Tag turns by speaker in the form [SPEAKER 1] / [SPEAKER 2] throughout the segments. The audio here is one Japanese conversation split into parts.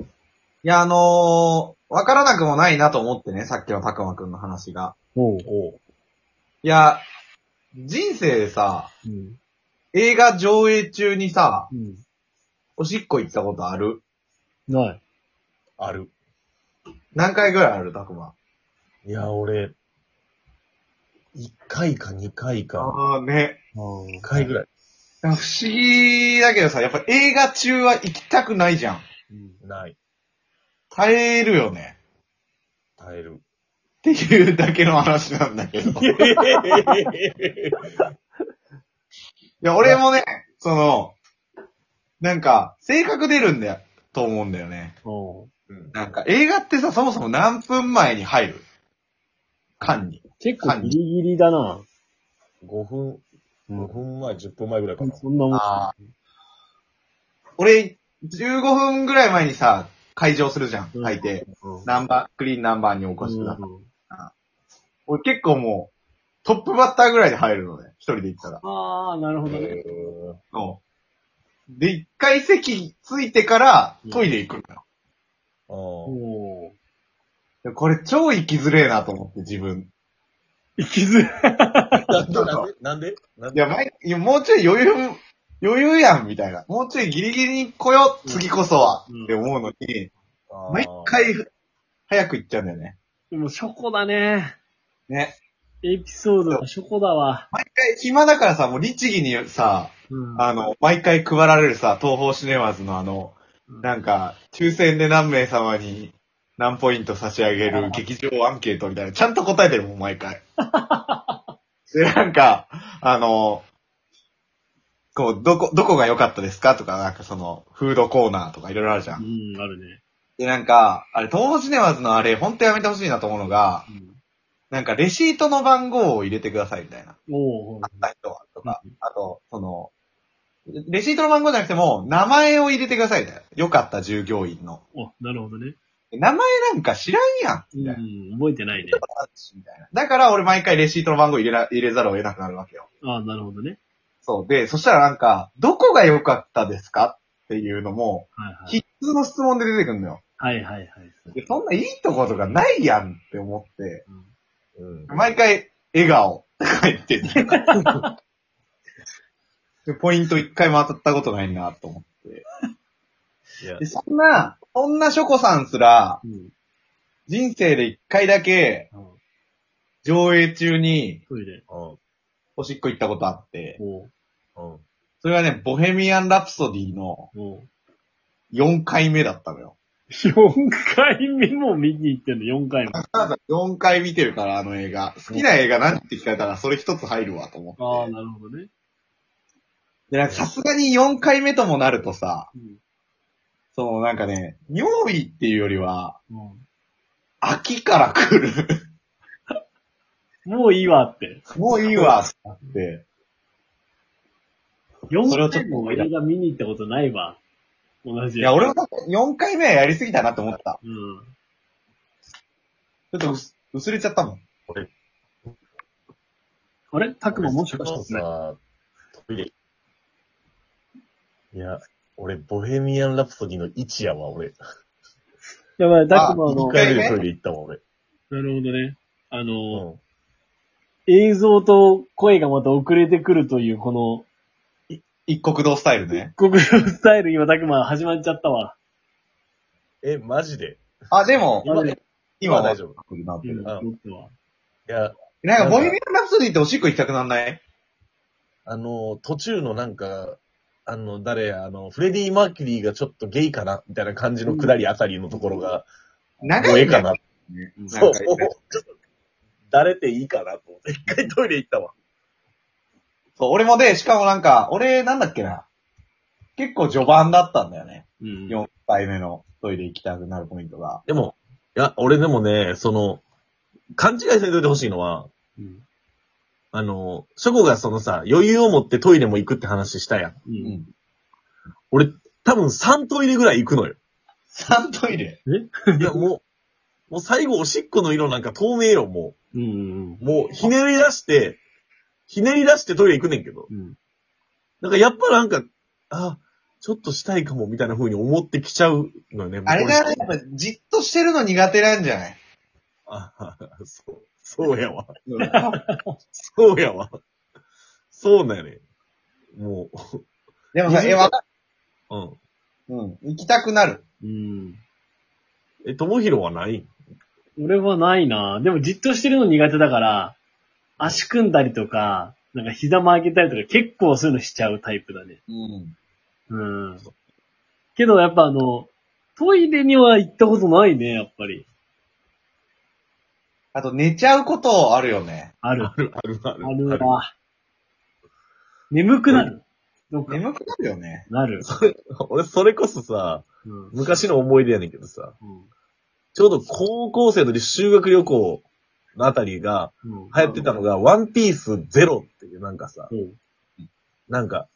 [SPEAKER 1] いや、あのー、わからなくもないなと思ってね、さっきのたくまくんの話が。
[SPEAKER 2] おうおう。
[SPEAKER 1] いや、人生でさ、
[SPEAKER 2] うん。
[SPEAKER 1] 映画上映中にさ、
[SPEAKER 2] うん。
[SPEAKER 1] おしっこ行ったことある
[SPEAKER 2] ない。ある。
[SPEAKER 1] 何回ぐらいあるたくま。
[SPEAKER 2] いや、俺、一回か二回か、
[SPEAKER 1] ああね。
[SPEAKER 2] 一回ぐらい。
[SPEAKER 1] いや不思議だけどさ、やっぱ映画中は行きたくないじゃん。
[SPEAKER 2] ない。
[SPEAKER 1] 耐えるよね。
[SPEAKER 2] 耐える。
[SPEAKER 1] っていうだけの話なんだけど。いや、俺もね、その、なんか、性格出るんだよ、と思うんだよね。
[SPEAKER 2] おう
[SPEAKER 1] なんか、映画ってさ、そもそも何分前に入る間に。
[SPEAKER 3] 結構ギリギリだな。
[SPEAKER 2] 5分、
[SPEAKER 3] う
[SPEAKER 2] 5
[SPEAKER 3] ん。
[SPEAKER 2] 分前、10分前ぐらいかな。
[SPEAKER 3] そんなもん。
[SPEAKER 1] あ俺、15分ぐらい前にさ、会場するじゃん、
[SPEAKER 3] うん
[SPEAKER 1] 入って。
[SPEAKER 2] うん
[SPEAKER 1] ナンバー、クリーンナンバーにお越しください。
[SPEAKER 3] うん
[SPEAKER 1] 俺結構もう、トップバッターぐらいで入るのね、一人で行ったら。
[SPEAKER 3] ああ、なるほどね。
[SPEAKER 1] うん。で、一回席ついてからトイレ行くのよ。
[SPEAKER 2] うん
[SPEAKER 3] おー
[SPEAKER 1] でこれ超行きづれえなと思って自分。
[SPEAKER 3] 生きづらい。
[SPEAKER 2] なんでなん
[SPEAKER 1] い
[SPEAKER 2] で
[SPEAKER 1] や、前、いやもうちょい余裕、余裕やんみたいな。もうちょいギリギリに来よ、
[SPEAKER 3] うん
[SPEAKER 1] 次こそは、
[SPEAKER 3] うん
[SPEAKER 1] って思うのに、
[SPEAKER 2] あー
[SPEAKER 1] 毎回早く行っちゃうんだよね。
[SPEAKER 3] でも、ショコだね。
[SPEAKER 1] ね。
[SPEAKER 3] エピソードがショコだわ。
[SPEAKER 1] 毎回暇だからさ、もう律儀にさ、
[SPEAKER 3] うん
[SPEAKER 1] あの、毎回配られるさ、東方シネマズのあの、なんか、抽選で何名様に何ポイント差し上げる劇場アンケートみたいな、ちゃんと答えてるもん、毎回。 で、なんか、あの、こう、どこ、どこが良かったですかとか、なんかその、フードコーナーとかいろいろあるじゃ。
[SPEAKER 3] うんん、あるね。
[SPEAKER 1] で、なんか、あれ、東方シネマズのあれ、ほんとやめてほしいなと思うのが、なんか、レシートの番号を入れてくださいみたいな。
[SPEAKER 3] うん、おー
[SPEAKER 1] あった人は、とか、あと、その、レシートの番号じゃなくても、名前を入れてくださいね。よかった従業員の。
[SPEAKER 3] お、なるほどね。
[SPEAKER 1] 名前なんか知らんやん。
[SPEAKER 3] う
[SPEAKER 1] みたいな。
[SPEAKER 3] ん、覚えてないね。
[SPEAKER 1] みたいなだから俺毎回レシートの番号入れら入れざるを得なくなるわけよ。
[SPEAKER 3] ああ、なるほどね。
[SPEAKER 1] そう。で、そしたらなんか、どこが良かったですかっていうのも、
[SPEAKER 3] はいはい。
[SPEAKER 1] 必須の質問で出てくるのよ。
[SPEAKER 3] はいはいはい。
[SPEAKER 1] でそんないいとことかないやんって思って、
[SPEAKER 3] うん
[SPEAKER 2] うん
[SPEAKER 1] 毎回、笑顔って書いてん のよでポイント一回も当たったことないなと思って。
[SPEAKER 2] いや
[SPEAKER 1] で、そんな、そんなショコさんすら、
[SPEAKER 3] うん。
[SPEAKER 1] 人生で一回だけ、
[SPEAKER 3] うん
[SPEAKER 1] 上映中に、
[SPEAKER 3] トイレ。
[SPEAKER 2] うん
[SPEAKER 1] おしっこ行ったことあって、
[SPEAKER 3] おー
[SPEAKER 2] うん
[SPEAKER 1] それはね、ボヘミアン・ラプソディの
[SPEAKER 3] おー
[SPEAKER 1] 4回目だったのよ。
[SPEAKER 3] 4回目も見に行ってんの、4回も。あ
[SPEAKER 1] 4回見てるから、あの映画。好きな映画なんて聞かれたら、それ一つ入るわ、と思って。
[SPEAKER 3] あ、なるほどね。
[SPEAKER 1] で、なんかさすがに4回目ともなるとさ、
[SPEAKER 3] うん
[SPEAKER 1] そのなんかね、尿意っていうよりは、
[SPEAKER 3] うん
[SPEAKER 1] 秋から来る。
[SPEAKER 3] もういいわって。
[SPEAKER 1] もういいわ、ってなって。それを
[SPEAKER 3] 4
[SPEAKER 1] ちょっ
[SPEAKER 3] 回
[SPEAKER 1] と
[SPEAKER 3] も
[SPEAKER 1] 思い出
[SPEAKER 3] 映画見に行ったことないわ。同じ。
[SPEAKER 1] いや、俺も4回目はやりすぎたなって思った。
[SPEAKER 3] うん。
[SPEAKER 1] ちょっと薄薄れちゃったもん。
[SPEAKER 3] あれたくまもしかしてない。
[SPEAKER 2] さ、トイレ。いや、俺、ボヘミアン・ラプソディの1やわ、俺。
[SPEAKER 3] やばい、たくま
[SPEAKER 1] あ
[SPEAKER 3] の
[SPEAKER 2] 一、回目でトイレ行ったわ、俺。
[SPEAKER 3] なるほどね。あ
[SPEAKER 2] う
[SPEAKER 3] の、
[SPEAKER 2] ん。
[SPEAKER 3] 映像と声がまた遅れてくるという、この、
[SPEAKER 1] 一国道スタイルね。
[SPEAKER 3] 国語スタイル今、たくま始まっちゃったわ。
[SPEAKER 2] え、マジで
[SPEAKER 1] あ、でも、
[SPEAKER 2] 今、
[SPEAKER 3] ね
[SPEAKER 1] 今は
[SPEAKER 2] 大丈夫。
[SPEAKER 1] なって
[SPEAKER 3] うん
[SPEAKER 1] る。
[SPEAKER 2] あ
[SPEAKER 3] ちょっとはい
[SPEAKER 2] や、
[SPEAKER 1] なんか、ボヘミアン・ラプソディっておしっこ行きたくなんない
[SPEAKER 2] あの、途中のなんか、あの、誰や、あの、フレディ・マーキュリーがちょっとゲイかなみたいな感じの下りあたりのところが、も
[SPEAKER 1] 長
[SPEAKER 2] う
[SPEAKER 1] い
[SPEAKER 2] ええ
[SPEAKER 1] んだ
[SPEAKER 2] か
[SPEAKER 1] よ
[SPEAKER 2] な。
[SPEAKER 1] ねなん
[SPEAKER 2] そう、
[SPEAKER 1] か
[SPEAKER 2] ちょっと、誰でいいかなと思って、一回トイレ行ったわ。
[SPEAKER 1] そう、俺もで、しかもなんか、俺、なんだっけな。結構序盤だったんだよね。
[SPEAKER 3] うん。
[SPEAKER 1] 4回目のトイレ行きたくなるポイントが。
[SPEAKER 2] でも、いや、俺でもね、その、勘違いせんといてほしいのは、
[SPEAKER 3] うん。
[SPEAKER 2] あの、ショコがそのさ、余裕を持ってトイレも行くって話したやん。
[SPEAKER 3] う。
[SPEAKER 1] うんん。
[SPEAKER 2] 俺、多分3トイレぐらい行くのよ。
[SPEAKER 1] 3トイレ。
[SPEAKER 2] いや、もう、もう最後おしっこの色なんか透明よ、も
[SPEAKER 3] うんうん
[SPEAKER 2] う。もう、ひねり出して、ひねり出してトイレ行くねんけど。
[SPEAKER 3] うん。
[SPEAKER 2] なんかやっぱなんか、あ、ちょっとしたいかもみたいな風に思ってきちゃうのよね。
[SPEAKER 1] あれが、
[SPEAKER 2] だ
[SPEAKER 1] やっぱじっとしてるの苦手なんじゃない
[SPEAKER 2] あそう、そうやわ。そうやわ。そうだよね。も
[SPEAKER 1] でもさ、
[SPEAKER 2] うん
[SPEAKER 1] え、わか
[SPEAKER 2] う、うん。
[SPEAKER 1] うん。行きたくなる。
[SPEAKER 3] うん。
[SPEAKER 2] え、ともひろはない
[SPEAKER 3] 俺はないなでもじっとしてるの苦手だから、足組んだりとか、なんか膝曲げたりとか結構そういうのしちゃうタイプだね。
[SPEAKER 1] うん。
[SPEAKER 3] うん。けどやっぱあの、トイレには行ったことないね、やっぱり。
[SPEAKER 1] あと、寝ちゃうことあるよね。
[SPEAKER 3] ある。あ
[SPEAKER 2] あるあるある。
[SPEAKER 3] るわ。眠くなる。どっか
[SPEAKER 1] 眠くなるよね。
[SPEAKER 3] なる。
[SPEAKER 2] 俺、それこそさ、
[SPEAKER 3] うん。うん
[SPEAKER 2] 昔の思い出やねんけどさ、ちょうど高校生の時修学旅行のあたりが
[SPEAKER 3] うん。
[SPEAKER 2] 流行ってたのが、ワンピースゼロっていうなんかさ、
[SPEAKER 3] うん。
[SPEAKER 2] なんか、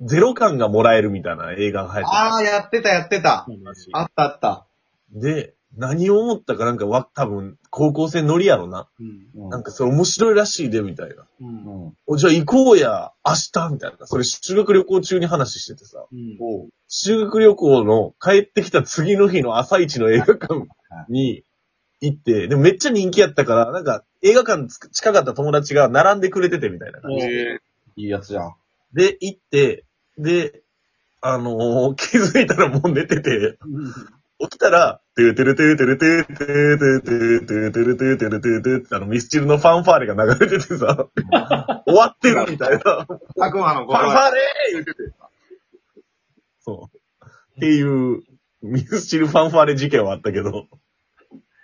[SPEAKER 2] ゼロ感がもらえるみたいな映画が流行ってた
[SPEAKER 1] ああ、やってた、やってた。あった、あった。。
[SPEAKER 2] で、何を思ったかなんかわ、多分、高校生乗りやろな。
[SPEAKER 3] うん。
[SPEAKER 1] うん
[SPEAKER 2] なんか、それ面白いらしいで、みたいな。
[SPEAKER 3] う。
[SPEAKER 1] うんん。
[SPEAKER 2] お、じゃあ行こうや、明日、みたいな。それ修学旅行中に話しててさ。
[SPEAKER 3] うん。
[SPEAKER 1] おう
[SPEAKER 2] 修学旅行の帰ってきた次の日の朝一の映画館に行って、でもめっちゃ人気やったから、なんか映画館つく近かった友達が並んでくれててみたいな感じ。
[SPEAKER 1] えいいやつじゃん。
[SPEAKER 2] で、行って、で、あのー気づいたらもう寝てて、起きたら、てるてるてるてるてるてるてるてるてるてるてるてるてるってあのミスチルのファンファーレが流れててさ、終わってるみたいな。
[SPEAKER 1] 悪魔の
[SPEAKER 2] ファンファーレー言ってて。そう。っていう、ミスチルファンファーレ事件はあったけど。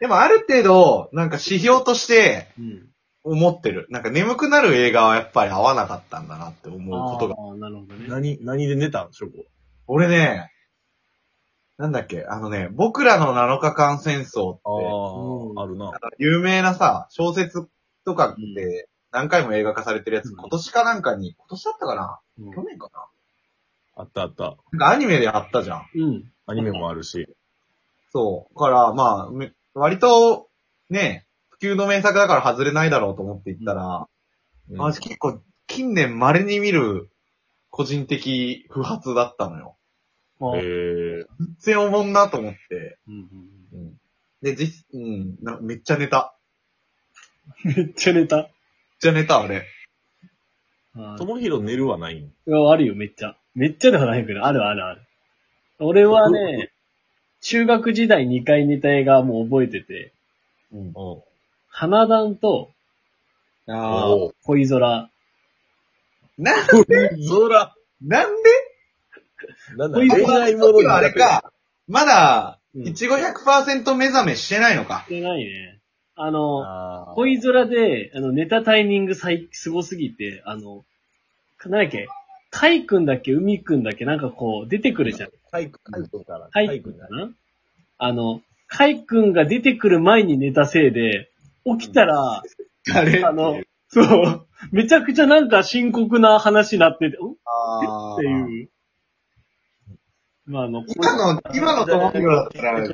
[SPEAKER 1] でもある程度、なんか指標として
[SPEAKER 3] うん。
[SPEAKER 1] 思ってる。なんか眠くなる映画はやっぱり合わなかったんだなって思うことが。
[SPEAKER 3] ああ、なるほどね。
[SPEAKER 2] 何、何で寝たんショコ。
[SPEAKER 1] 俺ね、なんだっけ、あのね、僕らの7日間戦争って、
[SPEAKER 3] うん
[SPEAKER 2] あるな。
[SPEAKER 1] 有名なさ、小説とかで何回も映画化されてるやつ、
[SPEAKER 3] うん
[SPEAKER 1] 今年かなんかに、今年だったかな
[SPEAKER 3] うん
[SPEAKER 1] 去年かな
[SPEAKER 2] あったあった。
[SPEAKER 1] なんかアニメであったじゃん。
[SPEAKER 3] うん。
[SPEAKER 2] アニメもあるし。
[SPEAKER 1] そう。だから、まあ、め割と、ね、普及の名作だから外れないだろうと思って行ったら、
[SPEAKER 2] うん
[SPEAKER 1] 私結構、近年稀に見る、個人的不発だったのよ。
[SPEAKER 3] ああ
[SPEAKER 2] えー、
[SPEAKER 1] 全然おもんなと思って。
[SPEAKER 3] うんうん
[SPEAKER 1] で、じ、うん、なめっちゃ寝た。
[SPEAKER 3] うんめっちゃ寝た。
[SPEAKER 1] めっちゃ寝た、あれ。
[SPEAKER 3] あ
[SPEAKER 2] ともひろ寝るはないん
[SPEAKER 3] ああるよ、めっちゃ。めっちゃではないけど、あるあるある。俺はね、中学時代2回寝た映画はもう覚えてて、
[SPEAKER 1] うん。
[SPEAKER 2] うん。
[SPEAKER 3] 花壇と
[SPEAKER 1] ああ。
[SPEAKER 2] おう
[SPEAKER 3] 恋空。
[SPEAKER 1] な、
[SPEAKER 2] そら、
[SPEAKER 1] なんで
[SPEAKER 2] なんだ
[SPEAKER 3] 恋
[SPEAKER 2] 恋愛もの
[SPEAKER 1] あれ。か、まだ、
[SPEAKER 3] うん
[SPEAKER 1] いちご100%目覚めしてないのか。
[SPEAKER 3] してないね。あの、
[SPEAKER 2] あー
[SPEAKER 3] 恋空で、あの、寝たタイミング最、すごすぎて、あの、なんだっけ、海くんだっけ、海くんだっけ、なんかこう、出てくるじゃん。
[SPEAKER 2] 体育、体育から。
[SPEAKER 3] 海くんかなあの、海くんが出てくる前に寝たせいで、起きたら、
[SPEAKER 1] あれ
[SPEAKER 3] あの、そう、めちゃくちゃなんか深刻な話になってて、んっ
[SPEAKER 1] あー
[SPEAKER 3] ていう。まあ、あの、
[SPEAKER 1] 今の、今の友達だったら、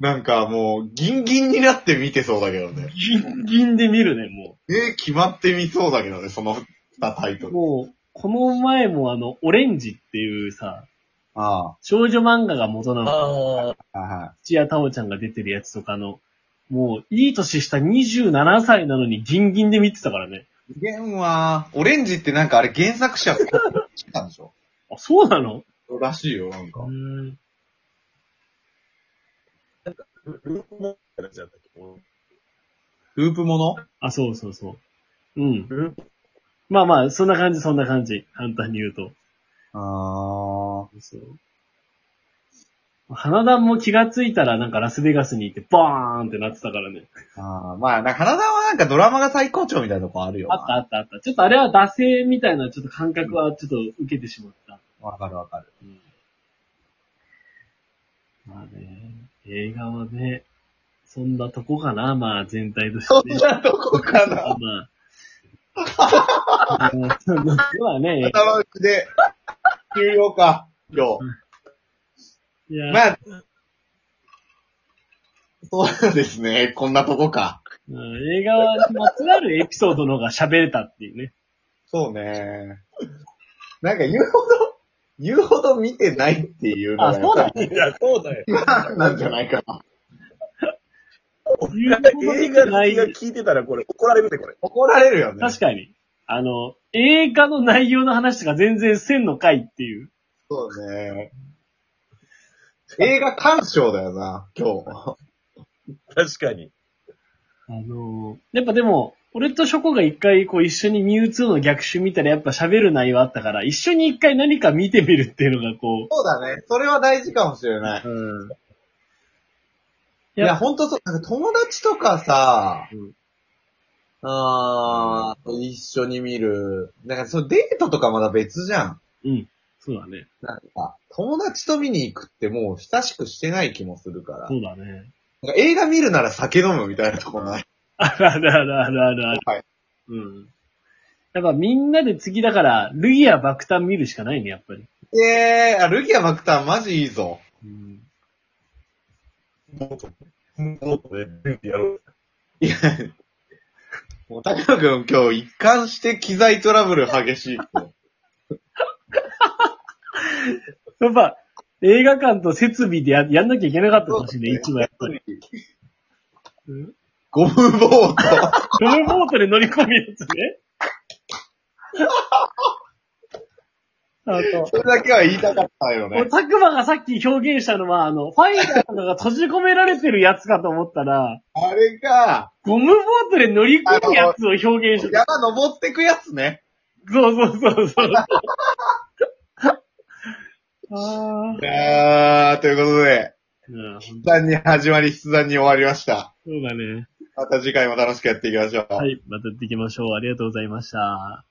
[SPEAKER 1] なんかもう、ギンギンになって見てそうだけどね。
[SPEAKER 3] ギンギンで見るね、も
[SPEAKER 1] え、決まって見そうだけどね、その2タイト
[SPEAKER 3] う。
[SPEAKER 1] ル。
[SPEAKER 3] もう、この前もあの、オレンジっていうさ、
[SPEAKER 1] あ
[SPEAKER 3] 少女漫画が元なの。
[SPEAKER 2] あ
[SPEAKER 1] あ、は
[SPEAKER 3] 土屋太鳳ちゃんが出てるやつとかの、もう、いい年した27歳なのにギンギンで見てたからね。
[SPEAKER 1] い。ゲームは、オレンジってなんかあれ原作者が作 ったんでしょ
[SPEAKER 3] あ、そうなの
[SPEAKER 1] らしいよ、なん
[SPEAKER 3] う。ん。
[SPEAKER 2] ー。ルルーモンじゃったっけ
[SPEAKER 1] ループもの
[SPEAKER 3] あ、そうそうそう。うん。
[SPEAKER 2] ルー
[SPEAKER 3] まあまあ、そんな感じ、そんな感じ。簡単に言うと。
[SPEAKER 1] あ
[SPEAKER 3] そう。花壇も気がついたらなんかラスベガスに行ってバーンってなってたからね。
[SPEAKER 1] ーあー。まあ、なんか花田はなんかドラマが最高潮みたいなとこあるよ
[SPEAKER 3] あったあったあった。ちょっとあれは惰性みたいなちょっと感覚はちょっと受けてしまった。
[SPEAKER 1] た。わかるわかる。
[SPEAKER 3] うんまあね、映画はね、そんなとこかな、まあ全体としてね。
[SPEAKER 1] なとこか
[SPEAKER 3] ま。あ。まあ、そんなとこはね、
[SPEAKER 1] 頭打ちで、終了か、今
[SPEAKER 3] いや
[SPEAKER 1] 日。まあ、そうですね、こんなとこか。
[SPEAKER 3] うん映画はまつわるエピソードの方が喋れたっていうね。
[SPEAKER 1] そうね。なんか言うほど、言うほど見てないっていうの
[SPEAKER 3] あ、
[SPEAKER 1] が
[SPEAKER 3] そうだね。
[SPEAKER 2] いや、そうだよ。
[SPEAKER 1] なんじゃないかな。
[SPEAKER 3] 言うほど
[SPEAKER 2] 映
[SPEAKER 3] 見て
[SPEAKER 2] 画
[SPEAKER 3] ない
[SPEAKER 2] が聞いてたらこれ怒られるで、これ。
[SPEAKER 1] 怒られるよね。
[SPEAKER 3] 確かに。あの、映画の内容の話とか全然せんのかいっていう。
[SPEAKER 1] そうね。映画鑑賞だよな、今日。
[SPEAKER 2] 確かに。
[SPEAKER 3] あのやっぱでも、俺とショコが一回こう一緒にミュウツーの逆襲見たらやっぱ喋る内容あったから、一緒に一回何か見てみるっていうのがこ
[SPEAKER 1] そうだね。それは大事かもしれない。
[SPEAKER 2] うん。
[SPEAKER 3] う、
[SPEAKER 1] いや、ほんとそう、なんか友達とかさ、
[SPEAKER 3] うん
[SPEAKER 1] あー一緒に見る。なんかそのデートとかまだ別じゃん。
[SPEAKER 3] うん。そうだね。
[SPEAKER 1] なんか、友達と見に行くってもう親しくしてない気もするから。
[SPEAKER 3] そうだね。
[SPEAKER 1] なんか映画見るなら酒飲むみたいなとこない。
[SPEAKER 3] あるあるあるあるあるある。
[SPEAKER 1] はい。
[SPEAKER 3] うん。やっぱみんなで次だから、ルギア爆誕見るしかないね、やっぱり。
[SPEAKER 1] えー、あルギア・マクターマジいいぞ。
[SPEAKER 3] うん。
[SPEAKER 2] もっと、もっとね、ルーティやろう。
[SPEAKER 1] いや、もう、高野くん今日一貫して機材トラブル激しいって。
[SPEAKER 3] やっぱ、映画館と設備でややんなきゃいけなかったかもしれない、一番やっぱり。うん。
[SPEAKER 1] ゴムボート。
[SPEAKER 3] ゴムボートで乗り込むやつね。あと、
[SPEAKER 1] それだけは言いたかったよ
[SPEAKER 3] もう、
[SPEAKER 1] ね。
[SPEAKER 3] たくまがさっき表現したのは、あの、ファイターとかが閉じ込められてるやつかと思ったら、
[SPEAKER 1] あれか、
[SPEAKER 3] ゴムボートで乗り込むやつを表現してた。
[SPEAKER 1] 山登ってくやつね。
[SPEAKER 3] そうそうそう そう。ああ。
[SPEAKER 1] あー、ということで、
[SPEAKER 3] うん、そ
[SPEAKER 1] 筆談に始まり、筆談に終わりました。
[SPEAKER 3] うだね。
[SPEAKER 1] また次回も楽しくやっていきましょう。
[SPEAKER 3] はい、またやっていきましょう。ありがとうございました。